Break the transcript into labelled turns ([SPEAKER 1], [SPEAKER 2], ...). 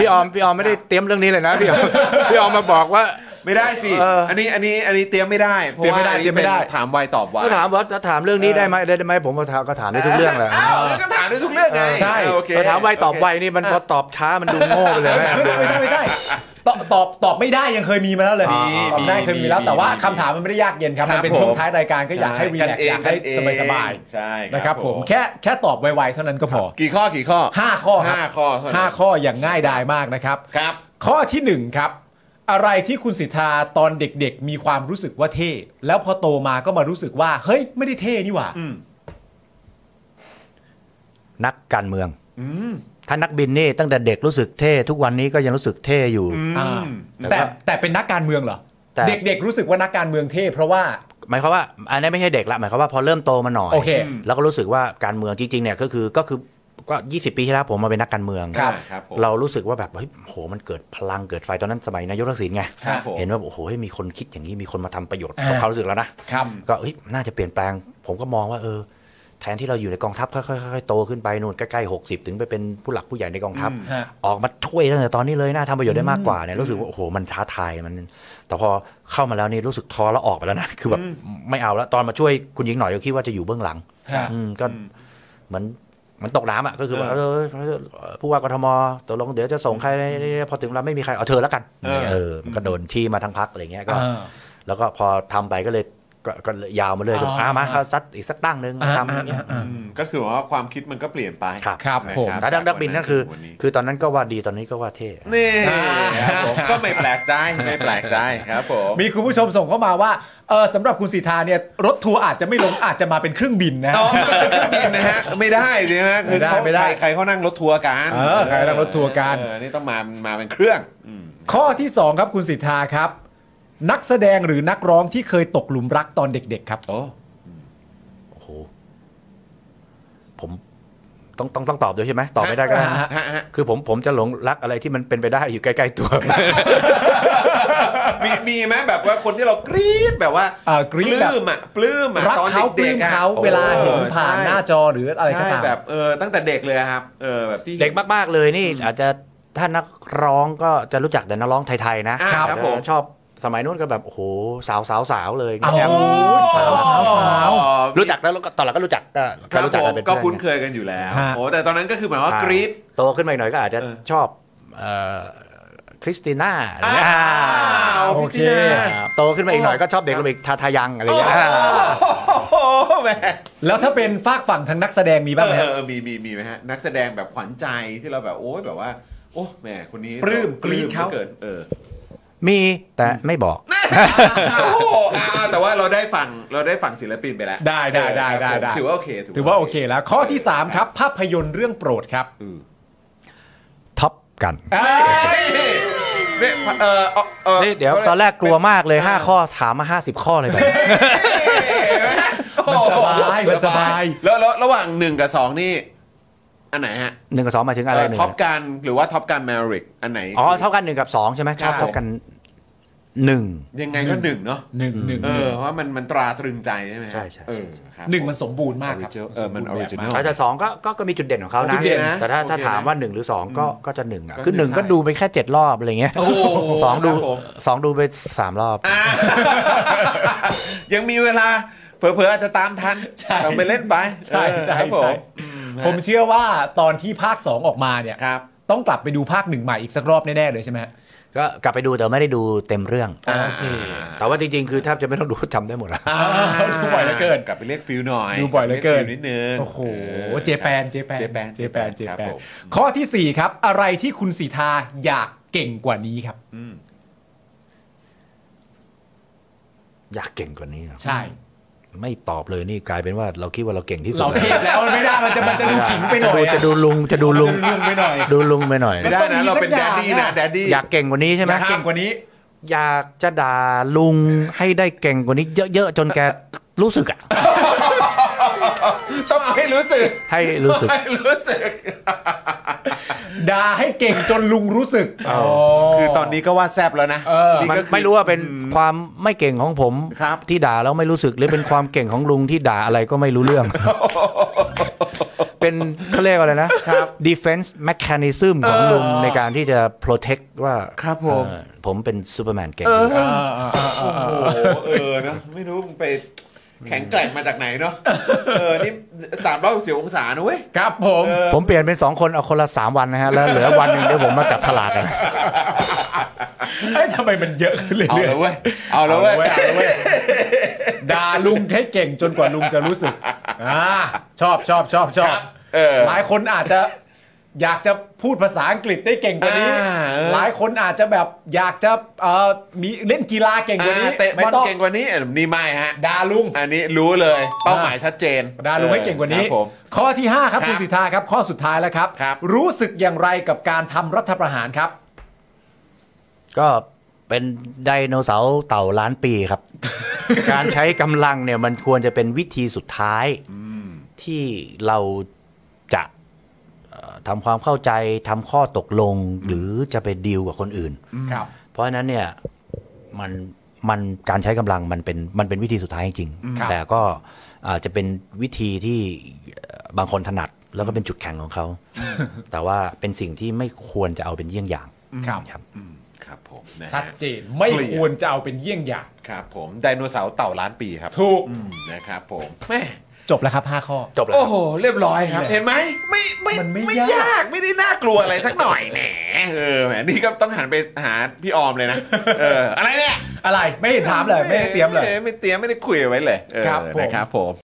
[SPEAKER 1] พี่ออมพี่ออมไม่ได้เตรียมเรื่องนี้เลยนะพี่ออม พี่ออมมาบอกว่า
[SPEAKER 2] ไม่ได้สิ
[SPEAKER 1] เอออั
[SPEAKER 2] อันนี้อันนี้อันนี้เตรียมไม่ได้ เพราะ
[SPEAKER 1] เตรียม
[SPEAKER 2] ว่า
[SPEAKER 1] ไม่ได้
[SPEAKER 2] อันนี้
[SPEAKER 1] เตรียมไม่ได้
[SPEAKER 2] เป็นถามไวตอบไว
[SPEAKER 1] ก็ถามว่าจะถามเรื่องนี้ได้ไหมได้ได้ไหมผมก็ถามก็ถามได้ทุกเรื่องแหละ
[SPEAKER 2] อ้าวแล้วก็ถามได้ทุกเรื่องไง
[SPEAKER 3] ใช่
[SPEAKER 2] เออโอเค
[SPEAKER 1] เออถามไวตอบไวนี่มันพอตอบช้ามันดูโง่ไปเลยนะ
[SPEAKER 3] ไม่ใช่ไม่ใช่ไม่ใช่ตอบตอบตอบไม่ได้ยังเคยมีมาแล้วเลย
[SPEAKER 1] มี
[SPEAKER 3] ตอบได้เคยมีแล้วแต่ว่าคำถามมันไม่ได้ยากเย็นครับ
[SPEAKER 2] ค
[SPEAKER 3] มั
[SPEAKER 2] รับ
[SPEAKER 3] นเป็น
[SPEAKER 2] ผม
[SPEAKER 3] ช่วงท้ายรายการก็อยากให้รี
[SPEAKER 2] กัน
[SPEAKER 3] แลกซ์
[SPEAKER 2] เอ
[SPEAKER 3] อง ยากให้
[SPEAKER 2] กันเอง
[SPEAKER 3] สบายสบาย
[SPEAKER 2] ใช่
[SPEAKER 3] ๆนะครับผมแค่แค่ตอบไวๆเท่านั้นก็พอ
[SPEAKER 2] กี่ข้อกี่ข้อ
[SPEAKER 3] 5 ข้อครับ
[SPEAKER 2] ห้าข้อเท่นั้น
[SPEAKER 3] ห้าข้ออย่างง่ายดายมากนะครับ
[SPEAKER 2] ครับ
[SPEAKER 3] ข้อทีหนึ่1 ครับ อะไรที่คุณสิทธาตอนเด็กๆ มีความรู้สึกว่าเท่ แล้วพอโตมาก็มารู้สึกว่า เฮ้ย ไม่ได้เท่นี่หว่า
[SPEAKER 1] นักการเมืองถ้านักบินนี่ตั้งแต่เด็กรู้สึกเท่ทุกวันนี้ก็ยังรู้สึกเท่อยู่
[SPEAKER 3] อ่า
[SPEAKER 1] แต่
[SPEAKER 3] แต่
[SPEAKER 1] ว่า
[SPEAKER 3] แต่เป็นนักการเมืองเหรอ
[SPEAKER 1] แต่
[SPEAKER 3] เด็กๆรู้สึกว่านักการเมืองเท่เพราะว่า
[SPEAKER 1] หมายความว่าอันนี้ไม่ใช่เด็กละหมายความว่าพอเริ่มโตมาหน่อย
[SPEAKER 3] โอเค
[SPEAKER 1] แล้วก็รู้สึกว่าการเมืองจริงๆเนี่ยก็คือก็คือก็20 ปีที่แล้วผมมาเป็นนักการเมือง
[SPEAKER 2] ครับครับผม
[SPEAKER 1] เรารู้สึกว่าแบบเฮ้ยโหมันเกิดพลังเกิดไฟตอนนั้นสมัยนายกทักษิณไง
[SPEAKER 2] ครับผม
[SPEAKER 1] เห็นว่าโอ้โหมีคนคิดอย่างนี้มีคนมาทำประโยชน์
[SPEAKER 3] อ่า
[SPEAKER 1] เขามรู้สึกแล้วนะ
[SPEAKER 3] ครับ
[SPEAKER 1] ก็เฮ้ยน่าจะเปลี่ยนแปลง ผมก็มองว่าเออ แทนที่เราอยู่ในกองทัพค่อยๆค่อยๆโตขึ้นไปนู่นใกล้ๆ60 ถึงไปเป็นผู้หลักผู้ใหญ่ในกองทัพ
[SPEAKER 2] อืม
[SPEAKER 3] ฮะ
[SPEAKER 1] ออกมาช่วยตั้งแต่ตอนนี้เลยน่าทำประโยชน์ได้มากกว่าเนี่ยรู้สึกว่าโอ้โหมันท้าทายมัน แต่พอเข้ามาแล้วนี่รู้สึกท้อแล้วออกไปแล้วนะ คือแบบไม่เอาแล้วตอนมาช่วยคุณหญิงหน่อยก็คิดว่าจะอยู่เบื้องหลัง
[SPEAKER 3] ฮะ
[SPEAKER 1] อืมก็เหมือนเหมันตกน้ำอ่ะก็คือว่า
[SPEAKER 2] เอ
[SPEAKER 1] เออผู้ว่ากทมตกลงเดี๋ยวจะส่งใครพอถึงเราไม่มีใครเอาเธอแล้วกัน
[SPEAKER 2] เออ
[SPEAKER 1] เออมันก็โดนที่มาทั้งพักอะไรเงี้ยก็
[SPEAKER 3] อ่า
[SPEAKER 1] แล้วก็พอทำไปก็เลยกก็เลยยาวมาเลยก็
[SPEAKER 3] อ๋อ
[SPEAKER 1] อ่ามา
[SPEAKER 3] อ่า
[SPEAKER 1] เอาซัดอีกสักตั้งหนึ่งมาทำอย่างเงี้ย
[SPEAKER 3] อ่า
[SPEAKER 2] อืมก็คือว่าความคิดมันก็เปลี่ยนไป
[SPEAKER 1] ครับ
[SPEAKER 3] ครับ
[SPEAKER 2] นะ
[SPEAKER 3] ผม
[SPEAKER 1] แล้วดังดักบินนั่นคือ
[SPEAKER 2] วั
[SPEAKER 1] คือตอนนั้นก็ว่าดีตอนนี้ก็ว่าเท่
[SPEAKER 2] นี่ครับ ผมก็ไม่แปลกใจไม่แปลกใจครับผม
[SPEAKER 3] มีคุณผู้ชมส่งเข้ามาว่าเออสำหรับคุณสีทาเนี่ยรถทัวร์อาจจะไม่ลง อาจจะมาเป็นเครื่องบินนะฮะ
[SPEAKER 2] น้องก็เป็นเครื่องบินนะฮะไม่ได้สิฮะคือเขา
[SPEAKER 3] ไม่ได้ไม่ได้
[SPEAKER 2] ใครใครเขานั่งรถทัวร์กัน
[SPEAKER 3] เออใครนั่งรถทัวร์กัน
[SPEAKER 2] เออนี่ต้องมามาเป็นเครื่องอืม
[SPEAKER 3] ข้อที่ 2 ครับคุณสิทธาครับ นักแสดงหรือนักร้องที่เคยตกหลุมรักตอนเด็ก ๆ ครับ
[SPEAKER 2] โอ้
[SPEAKER 1] โอ้โห ผมต้องต้องต้องตอบด้วยใช่ไหม ตอบไม่ได้ก็ได้
[SPEAKER 3] ฮะ
[SPEAKER 2] ฮะฮะ
[SPEAKER 1] คือผมผมจะหลงรักอะไรที่มันเป็นไปได้อยู่ใกล้ ๆ ตัว
[SPEAKER 2] มีมีไหมแบบว่าคนที่เรากรี๊ดแบบว่า
[SPEAKER 3] เอ่อกรี๊
[SPEAKER 2] ป
[SPEAKER 3] ดแบบ
[SPEAKER 2] ลื้มอ่ะปลื้มอ่ะ
[SPEAKER 3] รัก
[SPEAKER 2] ตอน
[SPEAKER 3] เขาป
[SPEAKER 2] ด็
[SPEAKER 3] ลื้
[SPEAKER 2] ก
[SPEAKER 3] ม
[SPEAKER 2] ๆอะ
[SPEAKER 3] เขา
[SPEAKER 2] โอ้
[SPEAKER 3] เวลาเห็นผ่าน
[SPEAKER 2] ใช่
[SPEAKER 3] หน้าจอหรืออะไรก็
[SPEAKER 2] ใช่
[SPEAKER 3] ตาม
[SPEAKER 2] แบบเออตั้งแต่เด็กเลยอะครับ เออแบบที่
[SPEAKER 1] เด็กมากๆเลยนี่ อาจจะถ้านักร้องก็จะรู้จักแต่นักร้องไทย ๆ นะครับ เออ
[SPEAKER 2] ผม
[SPEAKER 1] ชอบสมัยนู้นก็แบบโอ้โหสาวสาวสาวเลย
[SPEAKER 3] อ๋อ
[SPEAKER 1] แอบ
[SPEAKER 3] สาวสาวสาว
[SPEAKER 2] อ๋อ
[SPEAKER 1] รู้จักแล้วก็ตอนหลังก็รู้จักก็
[SPEAKER 2] ค
[SPEAKER 1] ก็
[SPEAKER 2] รับ
[SPEAKER 1] รู้จัก
[SPEAKER 2] ผ
[SPEAKER 1] กั
[SPEAKER 2] ม
[SPEAKER 1] นเป็น
[SPEAKER 2] ก็
[SPEAKER 1] เพื่อน
[SPEAKER 2] คุ้น
[SPEAKER 1] ไง
[SPEAKER 2] เคยกันอยู่แล้ว
[SPEAKER 3] ฮะ
[SPEAKER 2] โอ้แต่ตอนนั้นก็คือหมายว่ากรี๊ด
[SPEAKER 1] โตขึ้นมาอีกหน่อยก็อาจจะ
[SPEAKER 2] เออ
[SPEAKER 1] ชอบเอ่อคริสติน่าอะไร
[SPEAKER 2] อ้
[SPEAKER 1] เงี้ย
[SPEAKER 2] าว
[SPEAKER 3] โอ
[SPEAKER 2] พี่
[SPEAKER 3] เค
[SPEAKER 2] ตินา
[SPEAKER 1] อ่าโตขึ้นมาอีกหน่อยก็ชอบเด็กลงอีกทาทายังอะไร
[SPEAKER 2] โอ้
[SPEAKER 1] เงี้ย
[SPEAKER 2] โหแหม
[SPEAKER 3] แล้วถ้าเป็นฝากฝั่งทางนักแสดงมี
[SPEAKER 2] เอ
[SPEAKER 3] บ้างไหม
[SPEAKER 2] อ
[SPEAKER 3] ครับ
[SPEAKER 2] เออมีมีมีไหมฮะ นักแสดงแบบขวัญใจที่เราแบบโอ้ยแบบว่า โอ้แหมคนนี้
[SPEAKER 3] ปลื้มกรี๊ดเขา
[SPEAKER 2] เกินเออ
[SPEAKER 1] มีแต่ไม่บอก
[SPEAKER 2] โอ้โหอ่าแต่ว่าเราได้ฝั่งเราได้ฝั่งศิลปินไปแล้ว
[SPEAKER 3] ได้ได้ได้ได้ได้
[SPEAKER 2] ถือว่าโอเค
[SPEAKER 3] ถือว่าโอเคแล้ว ข้อที่ 3 ครับ ภาพยนตร์เรื่องโปรดครับ
[SPEAKER 2] อืม
[SPEAKER 1] ท็อปกัน
[SPEAKER 3] อ่า
[SPEAKER 2] เนี่ยเออเอ่อเออ
[SPEAKER 1] นี่เดี๋ยวตอนแรกกลัวมากเลย 5 ข้อถามมา 50 ข้อเลยแบบ
[SPEAKER 2] มัน
[SPEAKER 3] สบายมันสบาย
[SPEAKER 2] แล้วแล้วระหว่างหนึ่งกับสองนี่ อันไหนฮะ
[SPEAKER 1] หนึ่งกับสองหมายถึงอะไรหนึ่ง
[SPEAKER 2] ท็อปการหรือว่าท็อปการแมริกอันไหน
[SPEAKER 1] อ๋อเท่ากันหนึ่งกับสองใช่ไหม
[SPEAKER 2] ใช่
[SPEAKER 1] ครับเท่ากันหนึ่ง
[SPEAKER 2] ยังไงก็หนึ่งเนาะ
[SPEAKER 3] หนึ่งหนึ่ง
[SPEAKER 2] เออเพราะว่ามันมันตราตรึงใจใช่ไหมฮะ
[SPEAKER 1] ใช่ใช่ใช่
[SPEAKER 2] เออครับ
[SPEAKER 3] หนึ่งมันสมบูรณ์มากครับ
[SPEAKER 2] เออเออมัน original
[SPEAKER 3] สบูรณ์แบบมาก
[SPEAKER 1] แต่สองก็ก็ก็มีจุดเด่นของเขา
[SPEAKER 2] จุ
[SPEAKER 1] นะ
[SPEAKER 2] ดเด่นนะ
[SPEAKER 1] แต่ถ้าถ้า
[SPEAKER 2] โอเคนะ
[SPEAKER 1] ถามว่าหนึ่งหรือสองก็ก็จะหนึ่งอ่ะ
[SPEAKER 2] ก็
[SPEAKER 1] คือหนึ่ง
[SPEAKER 2] ใช่
[SPEAKER 1] ก็ดูไปแค่เจ็ดรอบอะไรเงี้ย
[SPEAKER 2] โอ้โห
[SPEAKER 1] สองดู
[SPEAKER 2] ครับผม
[SPEAKER 1] สองดูไปสามรอบ
[SPEAKER 2] อ่ะ ยังมีเวลาเผลอๆอาจจะตามทัน
[SPEAKER 3] ใช่
[SPEAKER 2] เราไปเล่นไป
[SPEAKER 3] ใช่ใช่
[SPEAKER 2] เออครับผ
[SPEAKER 3] ใช่
[SPEAKER 2] มอื
[SPEAKER 3] ผมเชื่อว่าตอนที่ภาค 2 ออกมาเนี่ย
[SPEAKER 2] ครับ
[SPEAKER 3] ต้องกลับไปดูภาคหนึ่งใหม่อีกสักรอบแน่ ๆ เลยใช่ไหมฮะ
[SPEAKER 1] ก็กลับไปดูแต่ไม่ได้ดูเต็มเรื่อง
[SPEAKER 2] า
[SPEAKER 3] โอเค
[SPEAKER 1] แต่ว่าจริงๆ คือแทบจะไม่ต้องดู จำได้หมดแล้ว
[SPEAKER 3] อ้าวดูบ่อยเหลือเกิน
[SPEAKER 2] กลับไปเรียกฟิลหน่อย
[SPEAKER 3] ดูบ่อยเหลือเกิน
[SPEAKER 2] รียฟินิดนึง
[SPEAKER 3] โอ้โห
[SPEAKER 2] ออ
[SPEAKER 3] เจแปน เจแปน
[SPEAKER 2] เจแปน
[SPEAKER 3] เจแปน เจ
[SPEAKER 2] ครับ
[SPEAKER 3] แปน
[SPEAKER 2] ผม
[SPEAKER 3] ข้อทีสี่ 4 ครับ อะไรที่คุณสีทาอยากเก่งกว่านี้ครับ
[SPEAKER 2] อืม
[SPEAKER 1] อยากเก่งกว่านี้อะ
[SPEAKER 3] ใช่
[SPEAKER 1] ไม่ตอบเลยนี่กลายเป็นว่าเราคิดว่าเราเก่งที่สุด
[SPEAKER 3] เราเทพแล้วมันไม่ได้มันจะมันจะดูขิงไปหน่อยอะ
[SPEAKER 1] จะดูลุงจะดูลุง
[SPEAKER 3] มันจะลุงไปหน่อย
[SPEAKER 1] ดูลุงไปหน่อย
[SPEAKER 2] ไม่ได้นะ
[SPEAKER 3] มันต้องมี
[SPEAKER 2] เราเป็น
[SPEAKER 3] สั
[SPEAKER 2] แด
[SPEAKER 3] กอย่า
[SPEAKER 2] ด
[SPEAKER 3] ง
[SPEAKER 2] ดี้
[SPEAKER 3] อะ
[SPEAKER 2] นะแดดดี้
[SPEAKER 1] อยากเก่งกว่านี้ใช่ไหม
[SPEAKER 3] อยากเก่งกว่านี้
[SPEAKER 1] อยากจะด่าลุงให้ได้เก่งกว่านี้ เยอะๆ จนแกรู้สึกอะ
[SPEAKER 2] ต้องเอาให้รู้สึก
[SPEAKER 1] ให้รู้สึก
[SPEAKER 2] ให้รู้สึก
[SPEAKER 3] ด่าให้เก่งจนลุงรู้สึก
[SPEAKER 1] อ๋อ
[SPEAKER 2] คือตอนนี้ก็ว่าแซบแล้วนะ
[SPEAKER 3] เออ
[SPEAKER 2] นี่
[SPEAKER 1] มัน
[SPEAKER 2] ก็คือ
[SPEAKER 1] ไม่รู้ว่าเป็นความไม่เก่งของผม
[SPEAKER 2] ครับ
[SPEAKER 1] ที่ด่าแล้วไม่รู้สึกหรือเป็นความเก่งของลุงที่ด่าอะไรก็ไม่รู้เรื่อง เป็นเขาเรียกว่าอะไรนะ defense mechanism ของลุงในการที่จะ protect ว่า
[SPEAKER 2] ครับผม
[SPEAKER 1] เอ่อผมเป็นซูเปอร์แมนเก่ง
[SPEAKER 2] โอ้โหเออเนอะไม่รู้มึงไปแข็งแกร่งมาจากไหนเนาะเออนี่สามร้อยสี่องศานะเว้ย
[SPEAKER 3] ครับผม
[SPEAKER 2] เออ
[SPEAKER 1] ผมเปลี่ยนเป็น 2 คน เอาคนละ 3 วันนะฮะ แล้วเหลือวันหนึ่งเดี๋ยวผมมาจับฉลากกัน
[SPEAKER 3] เอ้ยทำไมมันเยอะขึ้น
[SPEAKER 2] เอา
[SPEAKER 3] เรื่อ
[SPEAKER 2] แล้
[SPEAKER 3] ย
[SPEAKER 2] วเว้ย
[SPEAKER 3] ๆ
[SPEAKER 2] เอาแล้วเว้ย
[SPEAKER 3] อาละเว้ย ด่าลุงให้เก่งจนกว่าลุงจะรู้สึกอ่าชอบชอบชอบชอบ
[SPEAKER 2] เออ
[SPEAKER 3] หลายคนอาจจะอยากจะพูดภาษาอังกฤษได้เก่งกว่านี้
[SPEAKER 2] อ่าเออ
[SPEAKER 3] หลายคนอาจจะแบบอยากจะเอ่อมีเล่นกีฬาเก่งกว่านี้
[SPEAKER 2] อ่าเตะบ
[SPEAKER 3] ไม่
[SPEAKER 2] อล
[SPEAKER 3] ต้อง
[SPEAKER 2] เก่งกว่านี้อ่ะนี่ไม่ฮะ
[SPEAKER 3] ด่าลุง
[SPEAKER 2] อันนี้รู้เลยเป้าหมายชัดเจน
[SPEAKER 3] ดาลุงให้เก่งกว่านี้
[SPEAKER 2] ครับผม
[SPEAKER 3] ข้อที่ 5 ครับ
[SPEAKER 2] ครับ
[SPEAKER 3] คุณสิทธาครับข้อสุดท้ายแล้วครับ
[SPEAKER 2] ครับ
[SPEAKER 3] รู้สึกอย่างไรกับการทำรัฐประหารครับ
[SPEAKER 1] ก็เป็นไดโนเสาร์เต่าล้านปีครับ การใช้กำลังเนี่ยมันควรจะเป็นวิธีสุดท้ายที่เราจะเอ่อทำความเข้าใจทำข้อตกลงหรือจะไปดีลกับคนอื่น
[SPEAKER 3] ครับ
[SPEAKER 1] เพราะฉะนั้นเนี่ยมันมันการใช้กำลังมันเป็นมันเป็นวิธีสุดท้ายจริงๆ
[SPEAKER 3] ครับ
[SPEAKER 1] แต่ก็อาจจะเป็นวิธีที่เอ่อบางคนถนัดแล้วก็เป็นจุดแข็งของเขา แต่ว่าเป็นสิ่งที่ไม่ควรจะเอาเป็นเยี่ยงอย่าง
[SPEAKER 3] ครับ
[SPEAKER 1] ครับ
[SPEAKER 2] อืมครับผมนะฮะ
[SPEAKER 3] ชัดเจนไม่
[SPEAKER 2] เคลียร์
[SPEAKER 3] ควรจะเอาเป็นเยี่ยงอย่าง
[SPEAKER 2] ครับผมไดโนเสาร์เต่าล้านปีครับ
[SPEAKER 3] ถูก
[SPEAKER 2] อืมนะครับผมแม่
[SPEAKER 3] จบแล้วครับ 5 ข้อ
[SPEAKER 1] จบแล้ว
[SPEAKER 2] โอ้โห เรียบร้อยครับ เห็นไหมไม่ไม่
[SPEAKER 3] มันไม่
[SPEAKER 2] ไม่
[SPEAKER 3] ยาย
[SPEAKER 2] าก กไม่ได้น่ากลัวอะไรสักหน่อย แหมเออแหมนี่ก็ต้องหันไปหาพี่ออมเลยนะเอออะไรเนี่ย
[SPEAKER 3] อะไรไม่เห็นถามเลยไม่ได้เตรียมเลย
[SPEAKER 2] ไม่ไม่เตรียมไม่ได้คุยเอาไว้เลยเออ
[SPEAKER 3] ครับผม
[SPEAKER 2] นะครับผม